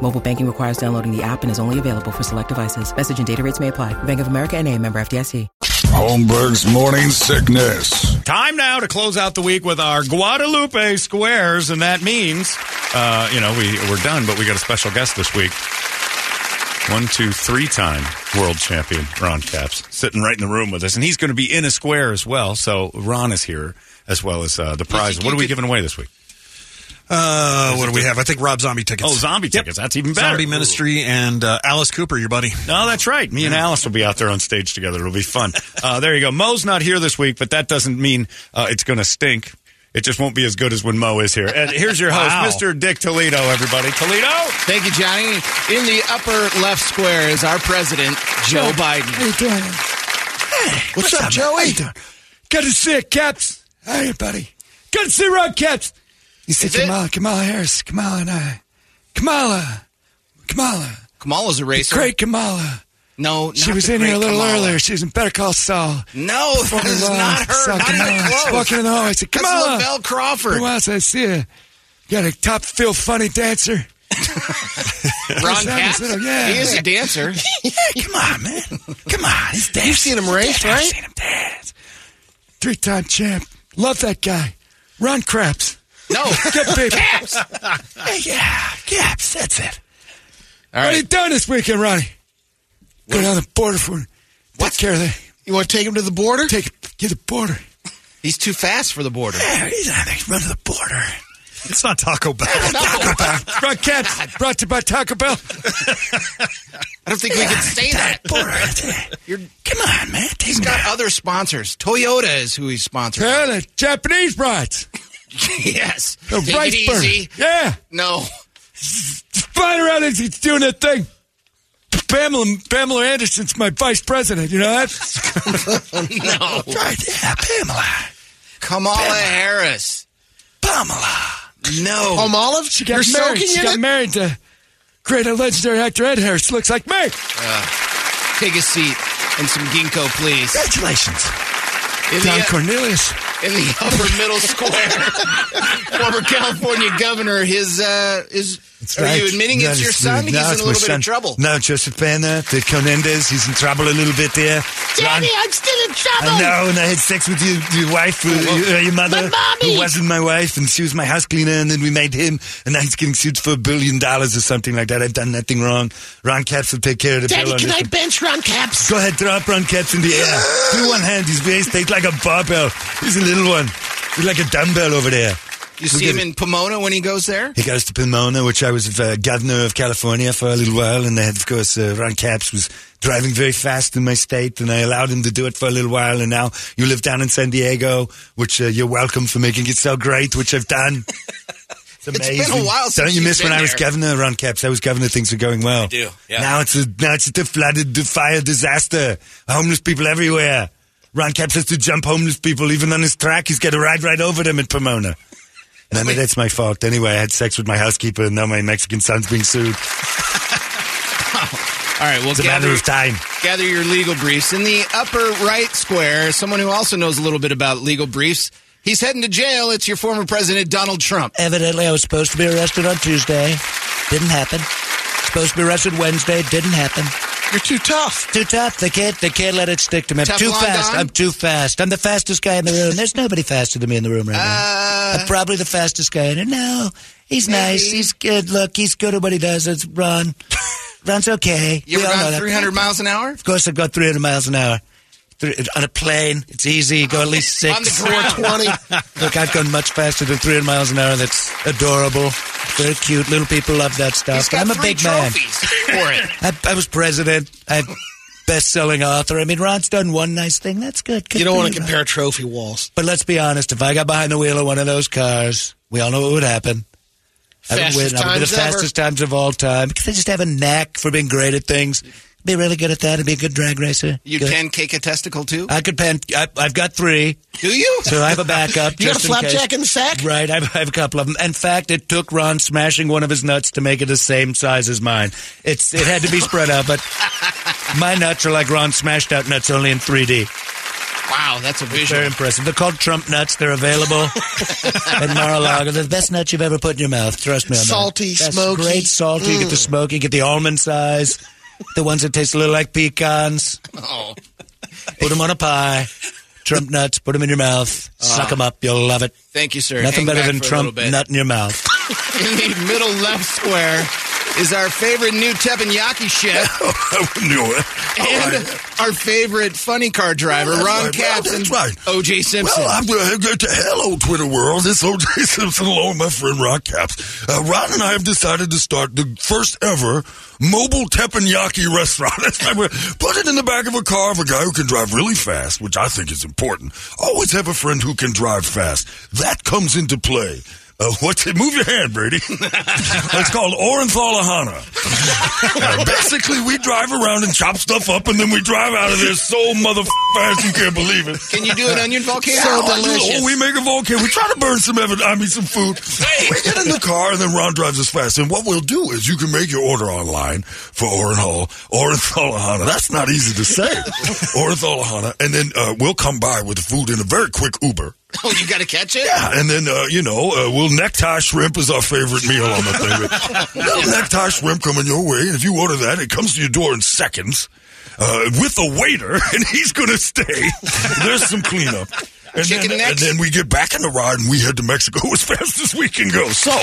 Mobile banking requires downloading the app and is only available for select devices. Message and data rates may apply. Bank of America and a member FDIC. Holmberg's morning sickness. Time now to close out the week with our Guadalupe squares, and that means, uh, you know, we we're done, but we got a special guest this week. One, two, three time world champion Ron Caps sitting right in the room with us, and he's going to be in a square as well. So Ron is here as well as uh, the prize. What are we giving away this week? Uh, what do we have? I think Rob Zombie tickets. Oh, zombie tickets. That's even better. Zombie Ministry and uh, Alice Cooper, your buddy. Oh, that's right. Mm. Me and Alice will be out there on stage together. It'll be fun. Uh, there you go. Mo's not here this week, but that doesn't mean uh, it's going to stink. It just won't be as good as when Mo is here. And here's your host, Wow. Mr. Dick Toledo, everybody. Toledo? Thank you, Johnny. In the upper left square is our president, Joe Biden. you doing? Hey, what's, up, Joey? Good to see you, Caps. Hey, buddy. Good to see Rob Caps. You see Is it? Kamala, Kamala Harris, Kamala and I. Kamala, Kamala, Kamala's a racer. great Kamala. No, not She was the in here a great little Kamala. earlier. She was in Better Call Saul. No, that Fucking is love. not her. Not Sucking even nuts. close. Walking in the hallway. I said, That's come on. Lavelle Crawford. Who else? I see her. Got a top Phil funny dancer. Ron That was Katz. little- yeah. He is a dancer. Hey, come on, man. Come on. He's dancing. You've seen him race, right? I've seen him dance. Three time champ. Love that guy. Ron Craps. No. Get big. Caps. yeah, Caps. That's it. All What are you right. doing this weekend, Ronnie? Go down the border for him. Take care of that. You want to take him to the border? Take get the border. He's too fast for the border. There, he's on the run to the border. It's not Taco Bell. No. Ron Katz, brought to you by Taco Bell. I don't think we can say that. border. Come on, man. Take He's got other sponsors. Toyota is who he's sponsoring. Tell the Japanese brides. yes. The take rice it burger. easy. Yeah. No. flying around and he's doing that thing. Pamela, Pamela Anderson's my vice president. You know that? No. right. Yeah, Pamela. Kamala Harris. Pamela. No. Olive? Oh. She got You're married. soaking She in got it? married to great and legendary actor Ed Harris. Looks like me. Take a seat and some ginkgo, please. Congratulations. In Don the, uh, Cornelius. in the upper middle square, former California governor, his uh, is. are you admitting it's your son? He's in a little bit of trouble. No, Joseph Banner, the Conendez, he's in trouble a little bit there. Ron- I'm still in trouble. I know, and I had sex with your, your wife, uh, Oh, your, uh, your mother, mommy! who wasn't my wife, and she was my house cleaner, and then we made him, and now he's getting sued for a billion dollars or something like that. I've done nothing wrong. Ron Katz will take care of the bill on this one. bench Ron Caps? Go ahead, throw up Ron Katz in the air. Do one hand, his waist takes like a barbell. He's a little one. He's like a dumbbell over there. You see him in Pomona when he goes there? He goes to Pomona, which I was uh, governor of California for a little while, and they had, of course, uh, Ron Capps was driving very fast in my state, and I allowed him to do it for a little while, and now you live down in San Diego, which uh, you're welcome for making it so great, which I've done. It's amazing. been a while since Don't you you've miss when been I was there. governor, Ron Capps? I was governor, things were going well. I do, yeah. Now it's a, now it's a flooded the fire disaster. Homeless people everywhere. Ron Capps has to jump homeless people even on his track. He's got to ride right over them at Pomona. And I mean, that's my fault. Anyway, I had sex with my housekeeper, and now my Mexican son's being sued. All right, well, It's a matter gather, of time. gather your legal briefs. In the upper right square, someone who also knows a little bit about legal briefs, he's heading to jail. It's your former president, Donald Trump. Evidently, I was supposed to be arrested on Tuesday. Didn't happen. Supposed to be arrested Wednesday. Didn't happen. You're too tough. Too tough. They can't. They can't let it stick to me. I'm too Teflon fast. Don? I'm too fast. I'm the fastest guy in the room. There's nobody faster than me in the room right Uh. now. I'm probably the fastest guy in it. No, he's nice. He's good. Look, he's good at what he does. It's Ron. Ron's okay. You We ever all know gone that. 300 miles an hour? Of course, I've got 300 miles an hour. Three, on a plane, it's easy. Go at least six. On the ground. 420. Look, I've gone much faster than 300 miles an hour. That's adorable. Very cute. Little people love that stuff. He's got I'm a three big man. trophies for it. I, I was president. I'm best-selling author. I mean, Ron's done one nice thing. That's good. Good You don't for want to Ron. compare trophy walls. But let's be honest. If I got behind the wheel of one of those cars, we all know what would happen. I would Fastest win. I would be the times ever. fastest times of all time because I just have a knack for being great at things. Be really good at that and be a good drag racer. You Good. can kick a testicle too? I could pen. I, I've got three, Do you? so I have a backup. You got just a in flapjack case. in the sack? Right, I have, I have a couple of them. In fact, it took Ron smashing one of his nuts to make it the same size as mine. It's it had to be spread out, but my nuts are like Ron smashed out nuts, only in 3D. Wow, that's a Very vision. impressive. They're called Trump nuts. They're available at Mar-a-Lago. They're the best nuts you've ever put in your mouth. Trust me. on that. Salty, That's smoky. Great salty. You get Mm. the smoky. You get the almond size. The ones that taste a little like pecans. Oh. Put them on a pie. Trump nuts. Put them in your mouth. Suck them up. You'll love it. Thank you, sir. Hang Nothing better Ah. back than for a little Trump bit. nut in your mouth. In the middle left square is our favorite new teppanyaki Oh, chef I knew it. and our favorite funny car driver, Well, that's Ron right. Capps Well, and that's right. O.J. Simpson. Well, I'm going to go to hello, Twitter world. It's OJ Simpson along with my friend Rock Caps. Uh, Ron and I have decided to start the first ever mobile teppanyaki restaurant. That's right. We're- Put it in the back of a car of a guy who can drive really fast, which I think is important. Always have a friend who can drive fast. That comes into play. Uh, what's it? Move your hand, Brady. it's called Orenthalahana. uh, basically, we drive around and chop stuff up, and then we drive out of there so mother fast you can't believe it. Can you do an onion volcano? Yeah, like, Oh, we make a volcano. We try to burn some evidence. I mean, some food. We get in the car, and then Ron drives us fast. And what we'll do is you can make your order online for Orenthal, Orenthalahana. That's not easy to say. Orenthalahana. And then uh, we'll come by with the food in a very quick Uber. Oh, you got to catch it? Yeah, and then uh, you know, uh, well, necktie shrimp is our favorite meal on the thing. Little necktie shrimp coming your way, and if you order that, it comes to your door in seconds uh, with a waiter, and he's going to stay. There's some cleanup. And Chicken then, necks? and then we get back in the ride and we head to Mexico as fast as we can go. So,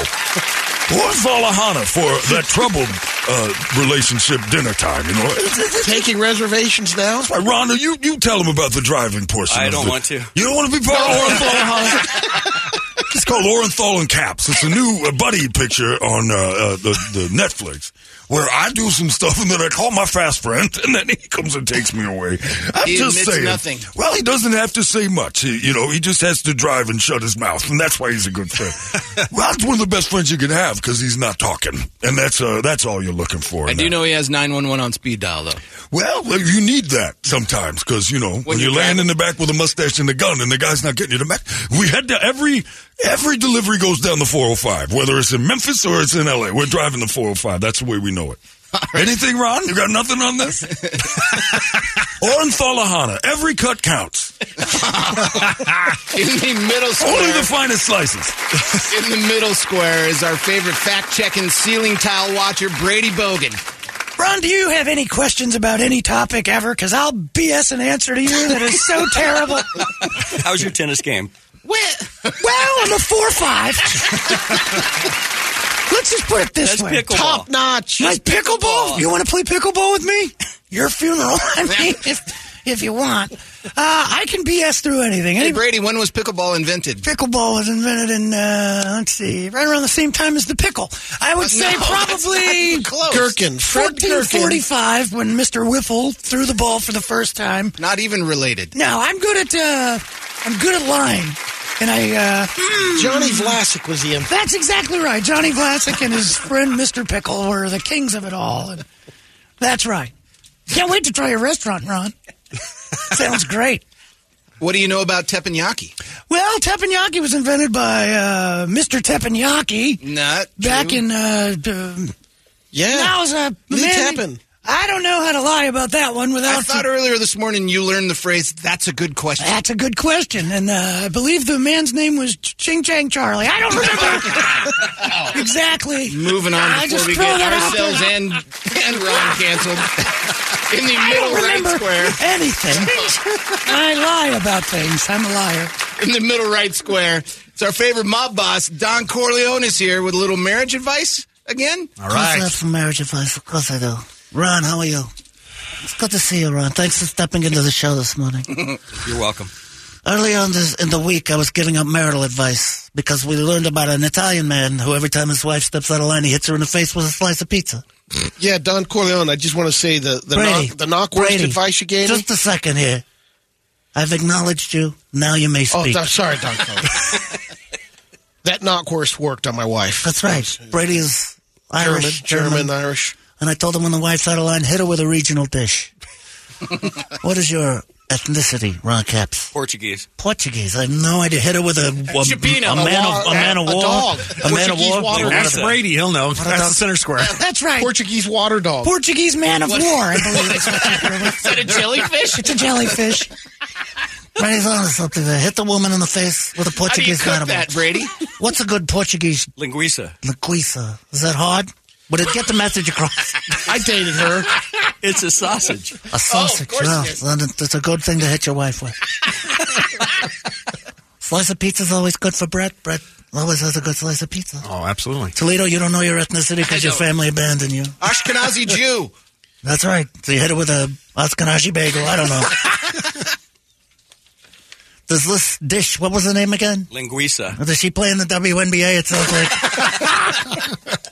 what's Valahana for that troubled uh, relationship dinner time? You know, It's- it's- it's- Taking reservations now? that's right, Rhonda, you, you tell them about the driving portion. I of don't the- want to. You don't want to be part of Orenthal and It's called Orenthal and Caps. It's a new uh, buddy picture on uh, uh, the, the Netflix where I do some stuff and then I call my fast friend and then he comes and takes me away. I'm He just admits saying. nothing. Well, he doesn't have to say much. He, you know, he just has to drive and shut his mouth, and that's why he's a good friend. Rod's one of the best friends you can have because he's not talking, and that's uh, that's all you're looking for. I in do that. know he has 911 on speed dial, though. Well, well, you need that sometimes because you know when, you you're laying drive- in the back with a mustache and a gun, and the guy's not getting you the back. We had to every every delivery goes down the 405, whether it's in Memphis or it's in LA. We're driving the 405. That's the way we know it. Anything, Ron? You got nothing on this? or in Thalahana, every cut counts. In the middle Only square, the finest slices. in the middle square is our favorite fact-checking ceiling tile watcher, Brady Bogan. Ron, do you have any questions about any topic ever? Because I'll BS an answer to you that is so terrible. How's your tennis game? What? Well, I'm a four five. Let's just put it this That's way: pickleball. Top notch. Nice pickleball. You want to play pickleball with me? Your funeral. I mean, if if you want, uh, I can BS through anything. Hey, Any Brady, when was pickleball invented? pickleball was invented in uh, let's see, right around the same time as the pickle. I would say No, that's not probably even close. Gherkin. Fred Gherkin. 1445 when Mr. Whiffle threw the ball for the first time. Not even related. No, I'm good at uh, I'm good at lying, and I. Uh, Johnny Vlasic was the in. That's exactly right. Johnny Vlasic and his friend Mr. Pickle were the kings of it all. And that's right. Can't wait to try your restaurant, Ron. Sounds great. What do you know about teppanyaki? Well, teppanyaki was invented by uh, Mr. Teppanyaki Not back true. in. Uh, d- um, Yeah. now is a Lee man- Tappan. I don't know how to lie about that one without. I thought earlier this morning you learned the phrase, that's a good question. That's a good question. And uh, I believe the man's name was Ch- Ching Chang Charlie. I don't remember exactly. Moving on I before just we throw get that out there. ourselves and, and Ron canceled. In the I middle don't right remember square. anything. I lie about things. I'm a liar. In the middle right square. It's our favorite mob boss, Don Corleone, is here with a little marriage advice again. All right. That's some marriage advice. Of course I do. Ron, how are you? It's good to see you, Ron. Thanks for stepping into the show this morning. You're welcome. Early on this, in the week, I was giving out marital advice because we learned about an Italian man who, every time his wife steps out of line, he hits her in the face with a slice of pizza. Yeah, Don Corleone. I just want to say the the Brady, knock the knock worst Brady, advice you gave Just a second here. I've acknowledged you. Now you may Oh, speak. I'm sorry, Don Corleone. that knock worst worked on my wife. That's right. Brady is Irish, German, German, Irish. And I told him when the wife's out of line, hit her with a regional dish. what is your ethnicity, Ron Caps? Portuguese. Portuguese. I have no idea. Hit her with a, a, Chipina. a man A of wa- a man of a war. dog. A man of Portuguese war. water What dog. is that? Brady, he'll know. What That's about- the center square. That's right. Portuguese water dog. Portuguese man of What- war, I believe. is what that word Is that a jellyfish? It's a jellyfish. Brady's on to something there. Hit the woman in the face with a Portuguese cook animal. that, Brady? What's a good Portuguese Linguiça. liquisa? Is that hard? Would it get the message across? I dated her. It's a sausage. A sausage. well, then it- it's a good thing to hit your wife with. slice of pizza's always good for Brett. Brett always has a good slice of pizza. Oh, absolutely. Toledo, you don't know your ethnicity I because your don't. family abandoned you. Ashkenazi Jew. That's right. So you hit it with a Ashkenazi bagel. I don't know. Does this dish? What was the name again? Linguiça. Does she play in the WNBA? It sounds like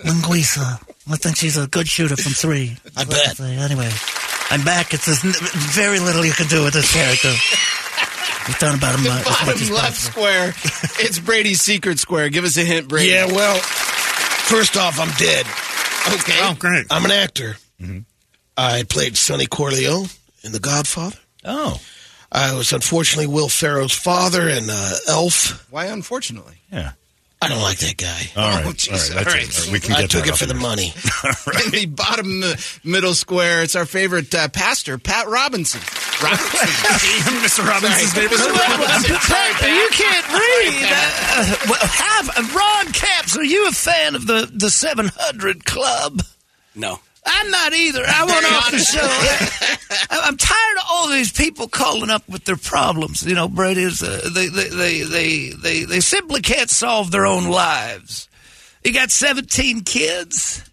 Linguisa. I think she's a good shooter from three. I bet. Anyway, I'm back. It's there's n- very little you can do with this character. We've done about him uh, as much Bottom as left possible. square. It's Brady's secret square. Give us a hint, Brady. Yeah, well, first off, I'm dead. Okay. Oh, great. I'm an actor. I played Sonny Corleone in The Godfather. Oh. I was unfortunately Will Ferrell's father and uh, Elf. Why, unfortunately? Yeah. I don't like that guy. All right. Oh, jeez. All right. That's All it. right. We can I get took that it for off the your- money. In the bottom uh, middle square, it's our favorite uh, pastor, Pat Robinson. Robinson. Mr. Robinson's Sorry. favorite. Mr. Robinson. Sorry, Pat, you can't read. Uh, well, have, Ron Caps, are you a fan of the, the 700 Club? No. I'm not either. I want off the show. I- I'm tired of all these people calling up with their problems. You know, Brady, is, uh, they, they, they, they, they, they simply can't solve their own lives. You got 17 kids.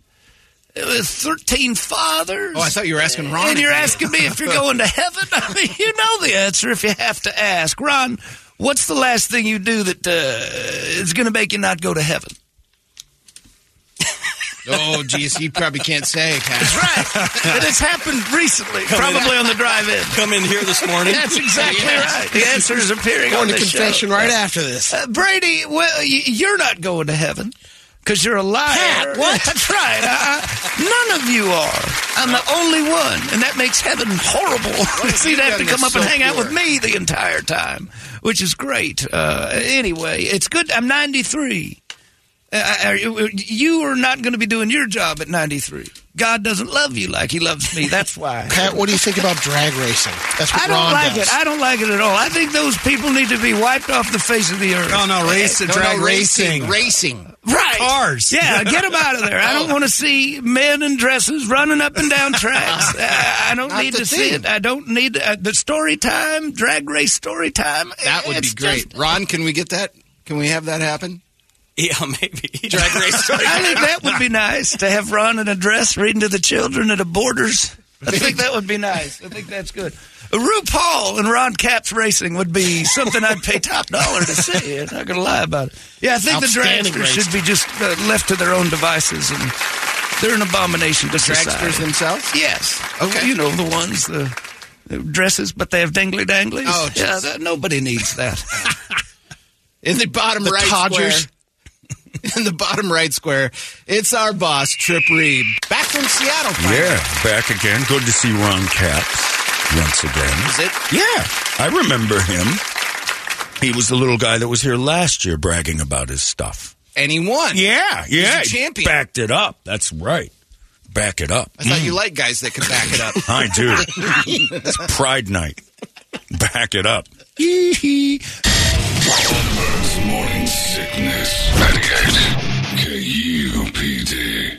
It was 13 fathers. Oh, I thought you were asking Ron. And you're again. asking me if you're going to heaven? I mean, you know the answer if you have to ask. Ron, what's the last thing you do that uh, is going to make you not go to heaven? Oh, geez, you probably can't say, Pat. Right. and it's happened recently, probably on the drive in. Come in here this morning. That's exactly right. The answer is appearing Going on to the confession show. right after this. Uh, Brady, well, y- you're not going to heaven because you're a liar. Pat, what? That's right. I, I, none of you are. I'm the only one, and that makes heaven horrible. so you'd you have to done come up that's and so hang out pure? with me the entire time, which is great. Uh, anyway, it's good. I'm 93. Uh, are you- you are not going to be doing your job at 93. God doesn't love you like he loves me. That's why. Pat, what do you think about drag racing? That's what I don't Ron like does. it. I don't like it at all. I think those people need to be wiped off the face of the earth. No, no, race, No, drag no, racing. Racing. Right. Cars. Yeah, get them out of there. I don't Oh. want to see men in dresses running up and down tracks. Uh, I don't Not need the to see thing. it. I don't need uh, the story time, drag race story time. That would It's be great. just- Ron, can we get that? Can we have that happen? Yeah, maybe. Drag race. I think that would be nice to have Ron in a dress reading to the children at a Borders. I think that would be nice. I think that's good. RuPaul and Ron Caps racing would be something I'd pay top dollar to see. I'm not going to lie about it. Yeah, I think the Outstanding dragsters should be just uh, left to their own devices, and they're an abomination to Dragsters society. themselves? Yes. Oh, Okay. You know the ones the, the dresses, but they have dangly danglies. Oh, yeah. jeez. That, nobody needs that. In the bottom right Dodgers. square. In the bottom right square, it's our boss, Trip Reed, back from Seattle. finally. Yeah, back again. Good to see Ron Caps once again. Is it? Yeah, I remember him. He was the little guy that was here last year bragging about his stuff. And he won. Yeah, He's yeah. a champion. Backed it up. That's right. back it up. I thought you liked guys that could back it up. I do. It's Pride Night. Back it up. Holmberg's morning sickness. 98 KUPD.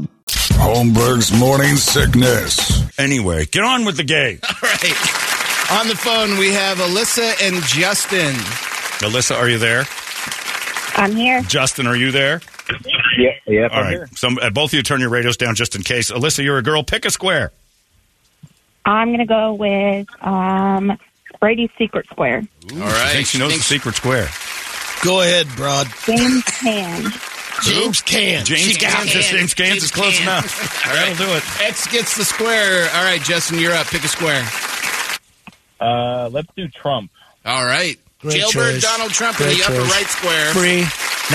Holmberg's morning sickness. Anyway, get on with the game. All right. On the phone, we have Alyssa and Justin. Alyssa, are you there? I'm here. Justin, are you there? Yeah, yeah. All right. Some, uh, both of you turn your radios down just in case. Alyssa, you're a girl. Pick a square. I'm going to go with um, Brady's Secret Square. All right. I think she knows the secret square. Go ahead, broad. James Pan. James Can. James Kansas. James Kansas is close enough. All right. do it. X gets the square. All right, Justin, you're up. Pick a square. Uh, let's do Trump. All right. Great Jailbird choice. Donald Trump in Great the upper choice. right square. Free,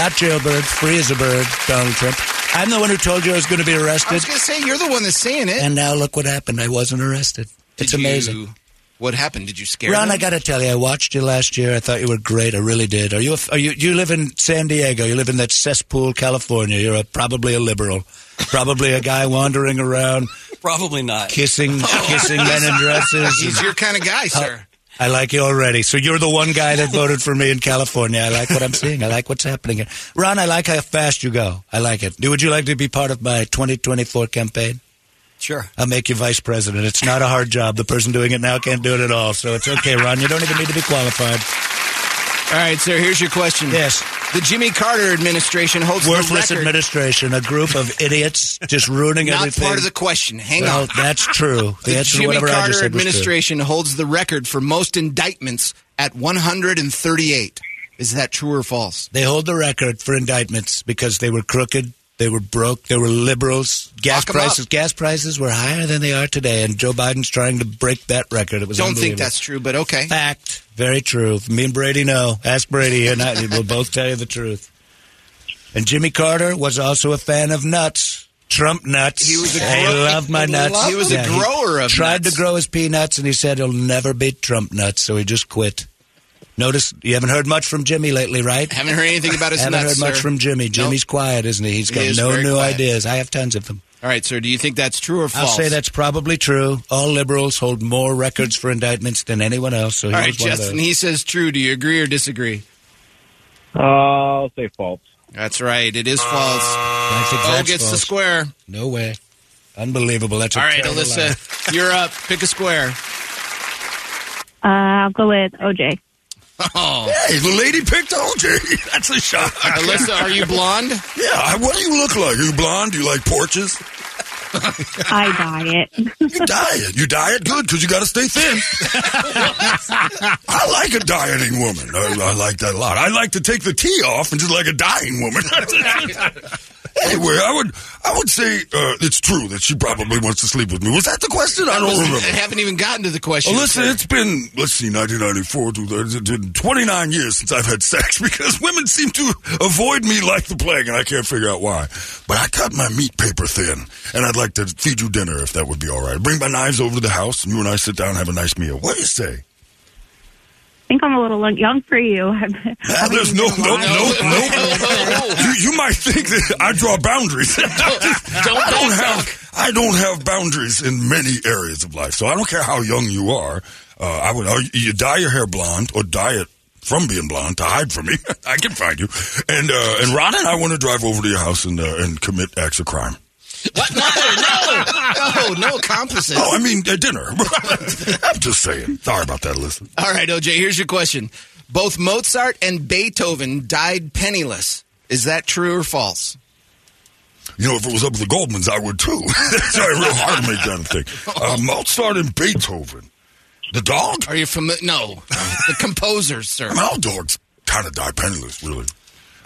not jailbird. Free as a bird, Donald Trump. I'm the one who told you I was going to be I arrested, was going to say, you're the one that's saying it. and now look what happened. I wasn't arrested. Did It's you- amazing. what happened? Did you scare Ron, them? I got to tell you, I watched you last year. I thought you were great. I really did. Are you? a- Are you? You live in San Diego. You live in that cesspool, California. You're a, probably a liberal, probably a guy wandering around Probably not. Oh, kissing, kissing men in dresses. He's and- your kind of guy, sir. I like you already. So you're the one guy that voted for me in California. I like what I'm seeing. I like what's happening here. Ron, I like how fast you go. I like it. Would you like to be part of my 2024 campaign? Sure. I'll make you vice president. It's not a hard job. The person doing it now can't do it at all. So it's okay, Ron. You don't even need to be qualified. All right, sir. Here's your question. Yes. The Jimmy Carter administration holds Worthless the record. administration, a group of idiots just ruining Not everything. part of the question. Hang Well, on. that's true. The, The answer to Jimmy whatever I Carter just said was true. administration holds the record for most indictments at 138. Is that true or false? They hold the record for indictments because they were crooked, they were broke, they were liberals. Gas Lock 'em up. prices, gas prices were higher than they are today, and Joe Biden's trying to break that record. It was Don't think unbelievable. that's true, but okay. fact. Very true. Me and Brady know. Ask Brady, and I will both tell you the truth. And Jimmy Carter was also a fan of nuts. Trump nuts. He was a I grow- love my he nuts. loved He was a them. grower of tried nuts. to grow his peanuts, and he said he'll never be Trump nuts, so he just quit. Notice you haven't heard much from Jimmy lately, right? Haven't heard anything about his Haven't nuts, heard much sir. from Jimmy. Nope. Jimmy's quiet, isn't he? He's He got is no very new quiet. ideas. I have tons of them. All right, sir. Do you think that's true or I'll false? say that's probably true. All liberals hold more records for indictments than anyone else. So All he right, was one of Justin. those. He says true. Do you agree or disagree? Uh, I'll say false. That's right. It is false. I think O that's gets the false. square. No way. Unbelievable. That's a All right, terrible line. Alyssa. You're up. Pick a square. Uh, I'll go with OJ. Oh. Hey, the lady picked OJ. That's a shock. Alyssa, are you blonde? Yeah, I- what do you look like? Are you blonde? Do you like porches? I diet. You diet. You diet good because you got to stay thin. I like a dieting woman. I, I like that a lot. I like to take the tea off and just like a dying woman. anyway, I would I would say uh, it's true that she probably wants to sleep with me. Was that the question? I That don't was- remember. I haven't even gotten to the question. Well, listen, sir. it's been, let's see, 1994 to 29 years since I've had sex because women seem to avoid me like the plague, and I can't figure out why. But I cut my meat paper thin, and I'd like to feed you dinner if that would be all right. Bring my knives over to the house, and you and I sit down and have a nice meal. What do you say? I think I'm a little young for you. Ah, there's no, no, no, no. you, you might think that I draw boundaries. I don't have, I don't have boundaries in many areas of life. So I don't care how young you are. Uh, I would, or you dye your hair blonde or dye it from being blonde to hide from me. I can find you. And uh, and Ron and I want to drive over to your house and uh, and commit acts of crime. What? No, no, no, no accomplices. Oh, I mean uh, dinner. I'm just saying. Sorry about that, listen. All right, OJ, here's your question. Both Mozart and Beethoven died penniless. Is that true or false? You know, if it was up to the Goldmans, I would too. That's why real hard to make that a thing. Uh, Mozart and Beethoven. The dog? Are you familiar? No. the composers, sir. I mean, all dogs kind of die Uh, penniless, really.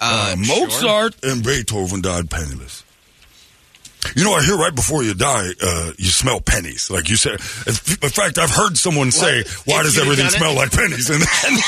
Uh, Mozart and Beethoven died penniless. You know, I hear right before you die, uh, you smell pennies. Like you said, in fact, I've heard someone say, "Why If does you've everything done it- smell like pennies?" And then,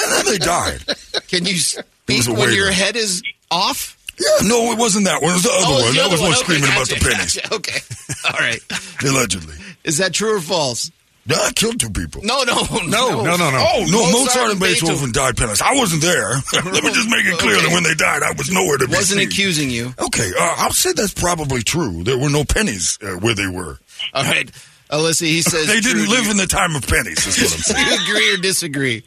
and then they died. Can you was speak a when your waiter. head is off? Yeah, no, it wasn't that one. It was the other Oh, one. it's the that other was one Okay, screaming about gotcha, the pennies, gotcha. Okay. All right. allegedly. Is that true or false? No, I killed two people. No, no, no. no, no, no. Oh no, Mozart, and Beethoven, died penniless. I wasn't there. Let me just make it clear that when they died, I was nowhere to be. Wasn't seen. accusing you. Okay, uh, I'll say that's probably true. There were no pennies uh, where they were. All right. Alyssa, he says they true. didn't live in the time of pennies. Is what I'm saying. Do you agree or disagree?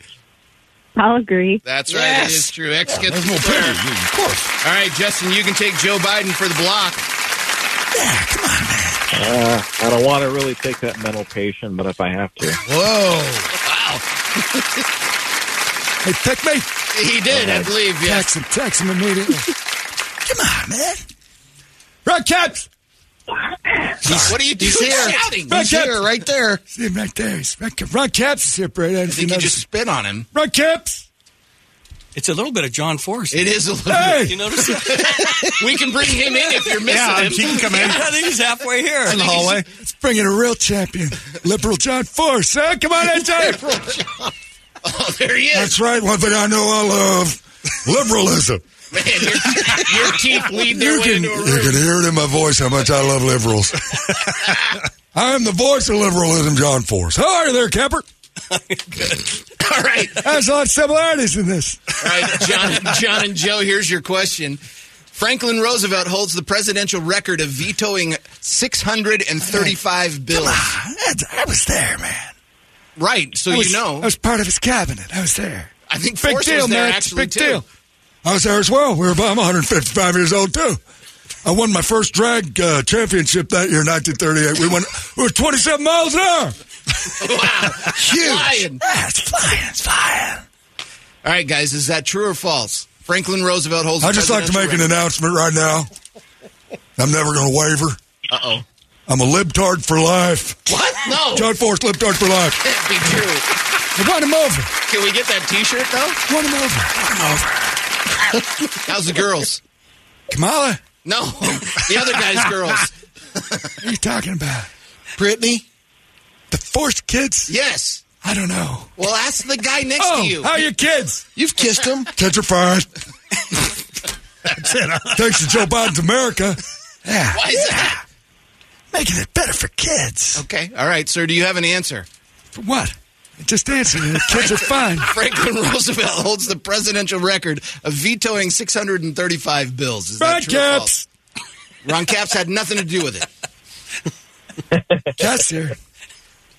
I'll agree. That's right. Yes. It is true. X Yeah, there's gets the no square. penalty, Of course. All right, Justin, you can take Joe Biden for the block. Uh, I don't want to really take that mental patient, but if I have to. Whoa. Wow. Hey, pick me. He did, I believe, yeah. Text him, text him immediately. Come on, man. Red Caps! what are you doing shouting? He's here, right there. See him right there. He's Red, Cap. Red Caps is here, Brady. I think you just spit on him. Red Caps! It's a little bit of John Forrest. It is a little Hey! You notice it? we can bring him in if you're missing Yeah, him. he can come in. I think he's halfway here. In the hallway. Let's bring in a real champion. Liberal John Force, huh? Come on in, Johnny. Oh, there he is. That's right. One thing I know I love liberalism. Man, your, your teeth lead their You way can, into a you room. can hear it in my voice how much I love liberals. I am the voice of liberalism, John Force. How are you there, Kemper? All right. There's a lot of similarities in this. All right, John, John and Joe, here's your question. Franklin Roosevelt holds the presidential record of vetoing 635 bills. Ah, I was there, man. Right, so I was- you know. I was part of his cabinet. I was there. I think Big Force deal, was there man. It's a actually big too. deal. I was there as well. We were, I'm 155 years old, too. I won my first drag uh, championship that year, 1938. We went, we were 27 miles an hour. Wow. Flying. it's flying. It's flying. All right, guys, is that true or false? Franklin Roosevelt holds. I just like to make an announcement right now. I'm never going to waver. Uh oh. I'm a libtard for life. What? No. John Force, libtard for life. Can't be true. I won him over. Can we get that T-shirt though? Won him over. Won him over. How's the girls? Kamala, No, the other guys' girls. what are you talking about? Brittany. The Force kids? Yes. I don't know. Well, ask the guy next oh, to you. how are your kids? You've kissed him. Tetrified. Thanks to Joe Biden's America. Yeah. Why is that? Making it better for kids. Okay. All right, sir. Do you have an answer? For what? Just answer. me. The kids are fine. Franklin Roosevelt holds the presidential record of vetoing 635 bills. Is Ron that true or false? Caps. Ron Caps had nothing to do with it. Caps here.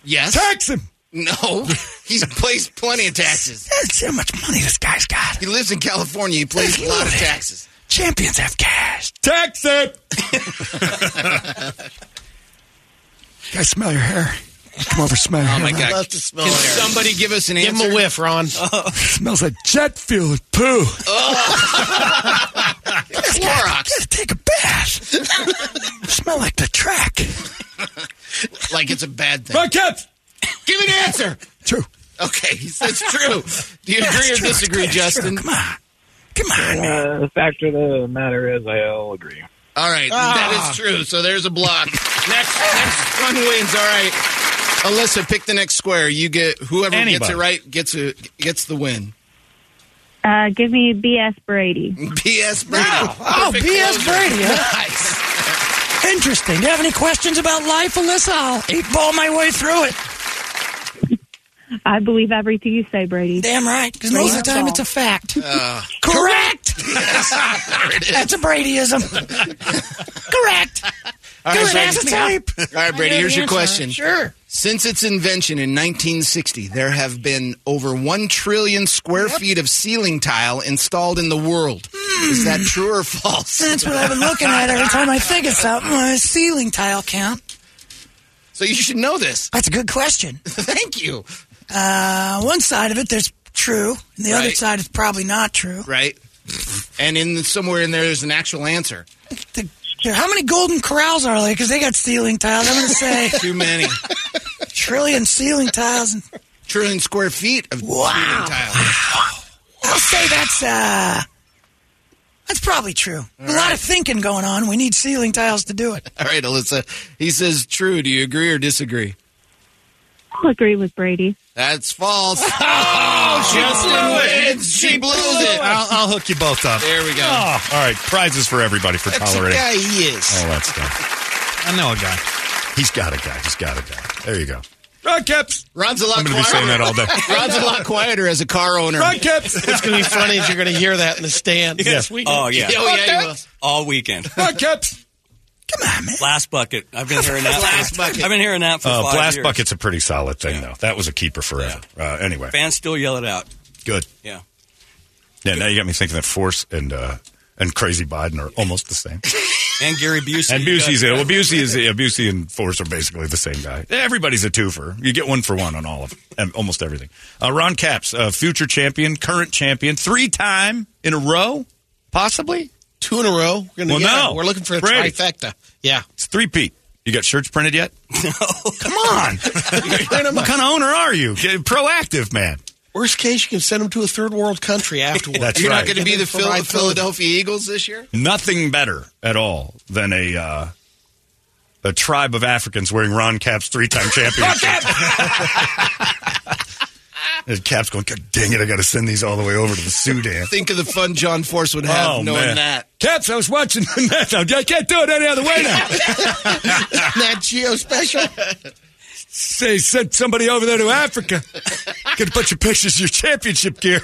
Yes. Tax him. No. He's pays plenty of taxes. That's how much money this guy's got. He lives in California. He pays a lot of taxes. Champions have cash. Tax it. I smell your hair. Come over, smell your Oh hair. my Ron. god! love to smell Can it. somebody give us an Give answer? him a whiff, Ron. smells like jet fuel and poo. Clorox. Gotta take a bath. smell like the track. Like it's a bad thing. Ron Caps. Give me an answer. True. Okay, he says true. Do you Yeah, agree it's or true, it's disagree, true, it's true. Justin? Come on. Come on, man. Uh, the fact of the matter is, I'll agree. All right, Ah. that is true. So there's a block. next, next one wins. All right, Alyssa, pick the next square. You get whoever gets Anybody. it right gets a, gets the win. Uh, give me BS Brady. B.S. Brady. Oh, Perfect B.S. closer. Brady, huh? Nice. Interesting. Do you have any questions about life, Alyssa? I'll eight ball my way through it. I believe everything you say, Brady. Damn right, because most of the time Bravo. it's a fact. Uh, Correct. there it is. That's a Bradyism. Correct. All Good right, as a Brady. type. All right, I Brady. know Here's the your answer. question. Sure. Since its invention in 1960, there have been over 1 trillion square feet of ceiling tile installed in the world. Is that true or false? That's what I've been looking at every time I think of something. My Uh, ceiling tile count. So you should know this. That's a good question. Thank you. Uh, one side of it there's true, and the other Right. side is probably not true. Right? And in the, somewhere in there, there's an actual answer. The- how many golden corrals are there? Because they got ceiling tiles. I'm going to say Too many. trillion ceiling tiles. And trillion square feet of Wow. ceiling tile. I'll say that's uh, That's probably true. a lot of thinking going on. We need ceiling tiles to do it. All right, Alyssa. He says true. Do you agree or disagree? I'll agree with Brady. That's false. Oh, she blew it. She blew it. I'll, I'll hook you both up. There we go. Oh, all right, prizes for everybody for That's the tolerating. guy he is. All that stuff. I know a guy. He's got a guy. He's got a guy. There you go. Rock caps. Ron's a lot I'm gonna be quieter. saying that all day. Ron's a lot quieter as a car owner. Ron Kipps. It's going to be funny if you're going to hear that in the stand this weekend. Oh, yeah. Oh, yeah, you will. All weekend. Rock caps. Last bucket. I've been hearing that. Blast for- bucket. I've been hearing that for Uh, five blast years. bucket's a pretty solid thing, though. That was a keeper forever. Uh, anyway, Fans still yell it out. good. Yeah. Yeah, now you got me thinking that Force and uh, and Crazy Biden are almost the same. And Gary Busey. And Busey's it. Well, Busey is Busey and Force are basically the same guy. Everybody's a twofer. You get one for one on all of um, almost everything. Uh, Ron Caps, uh, future champion, current champion, three time in a row, possibly two in a row. We're gonna- well, yeah, no, we're looking for a Brady. trifecta. Yeah, it's three P. You got shirts printed yet? No. Come on. what kind of owner are you? Get proactive, man. Worst case, you can send them to a third world country afterwards. That's You're right. not going to be the Phil- Provide Philadelphia Eagles this year? Nothing better at all than a uh, a tribe of Africans wearing Ron Caps three time champion. And Cap's going, God dang it, I got to send these all the way over to the Sudan. Think of the fun John Force would have Oh, knowing man. that. Caps, I was watching the match. I can't do it any other way now. Nat Geo special. Say, sent somebody over there to Africa. Get a bunch of pictures of your championship gear.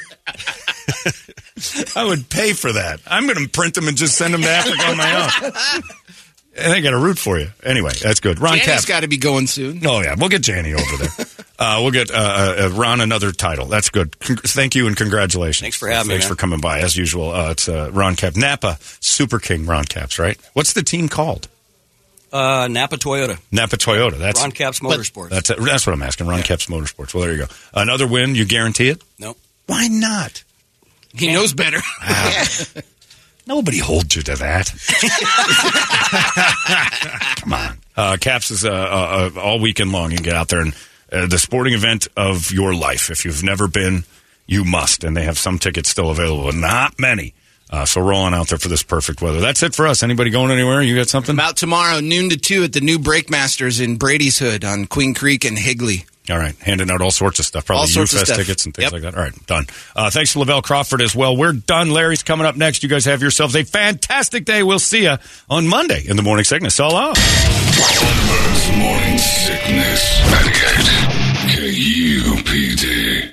I would pay for that. I'm going to print them and just send them to Africa on my own. And I got a root for you. Anyway, that's good. Ron Danny's Cap. got to be going soon. Oh, yeah. We'll get Janny over there. Uh, we'll get uh, uh, uh, Ron another title. That's good. Con- thank you and congratulations. Thanks for having me, Thanks man. for coming by, as usual. Uh, it's uh, Ron Cap. Napa Super King Ron Caps, right? What's the team called? Uh, Napa Toyota. Napa Toyota. That's Ron Caps Motorsports. That's, that's what I'm asking. Ron Caps Motorsports. Well, there you go. Another win. You guarantee it? Nope. Why not? Ah. He knows better. Nobody holds you to that. Come on. Uh, Caps is uh, uh, uh, all weekend long. You can get out there and uh, the sporting event of your life. If you've never been, you must. And they have some tickets still available, but not many. Uh, so roll on out there for this perfect weather. That's it for us. Anybody going anywhere? You got something? About tomorrow, noon to two, at the new Breakmasters in Brady's Hood on Queen Creek and Higley. All right, handing out all sorts of stuff, probably All sorts of UFest stuff. tickets and things Yep. like that. All right, done. Uh, thanks to Lavelle Crawford as well. We're done. Larry's coming up next. You guys have yourselves a fantastic day. We'll see you on Monday in the morning sickness. So long. Holmberg's morning sickness. 98 KUPD.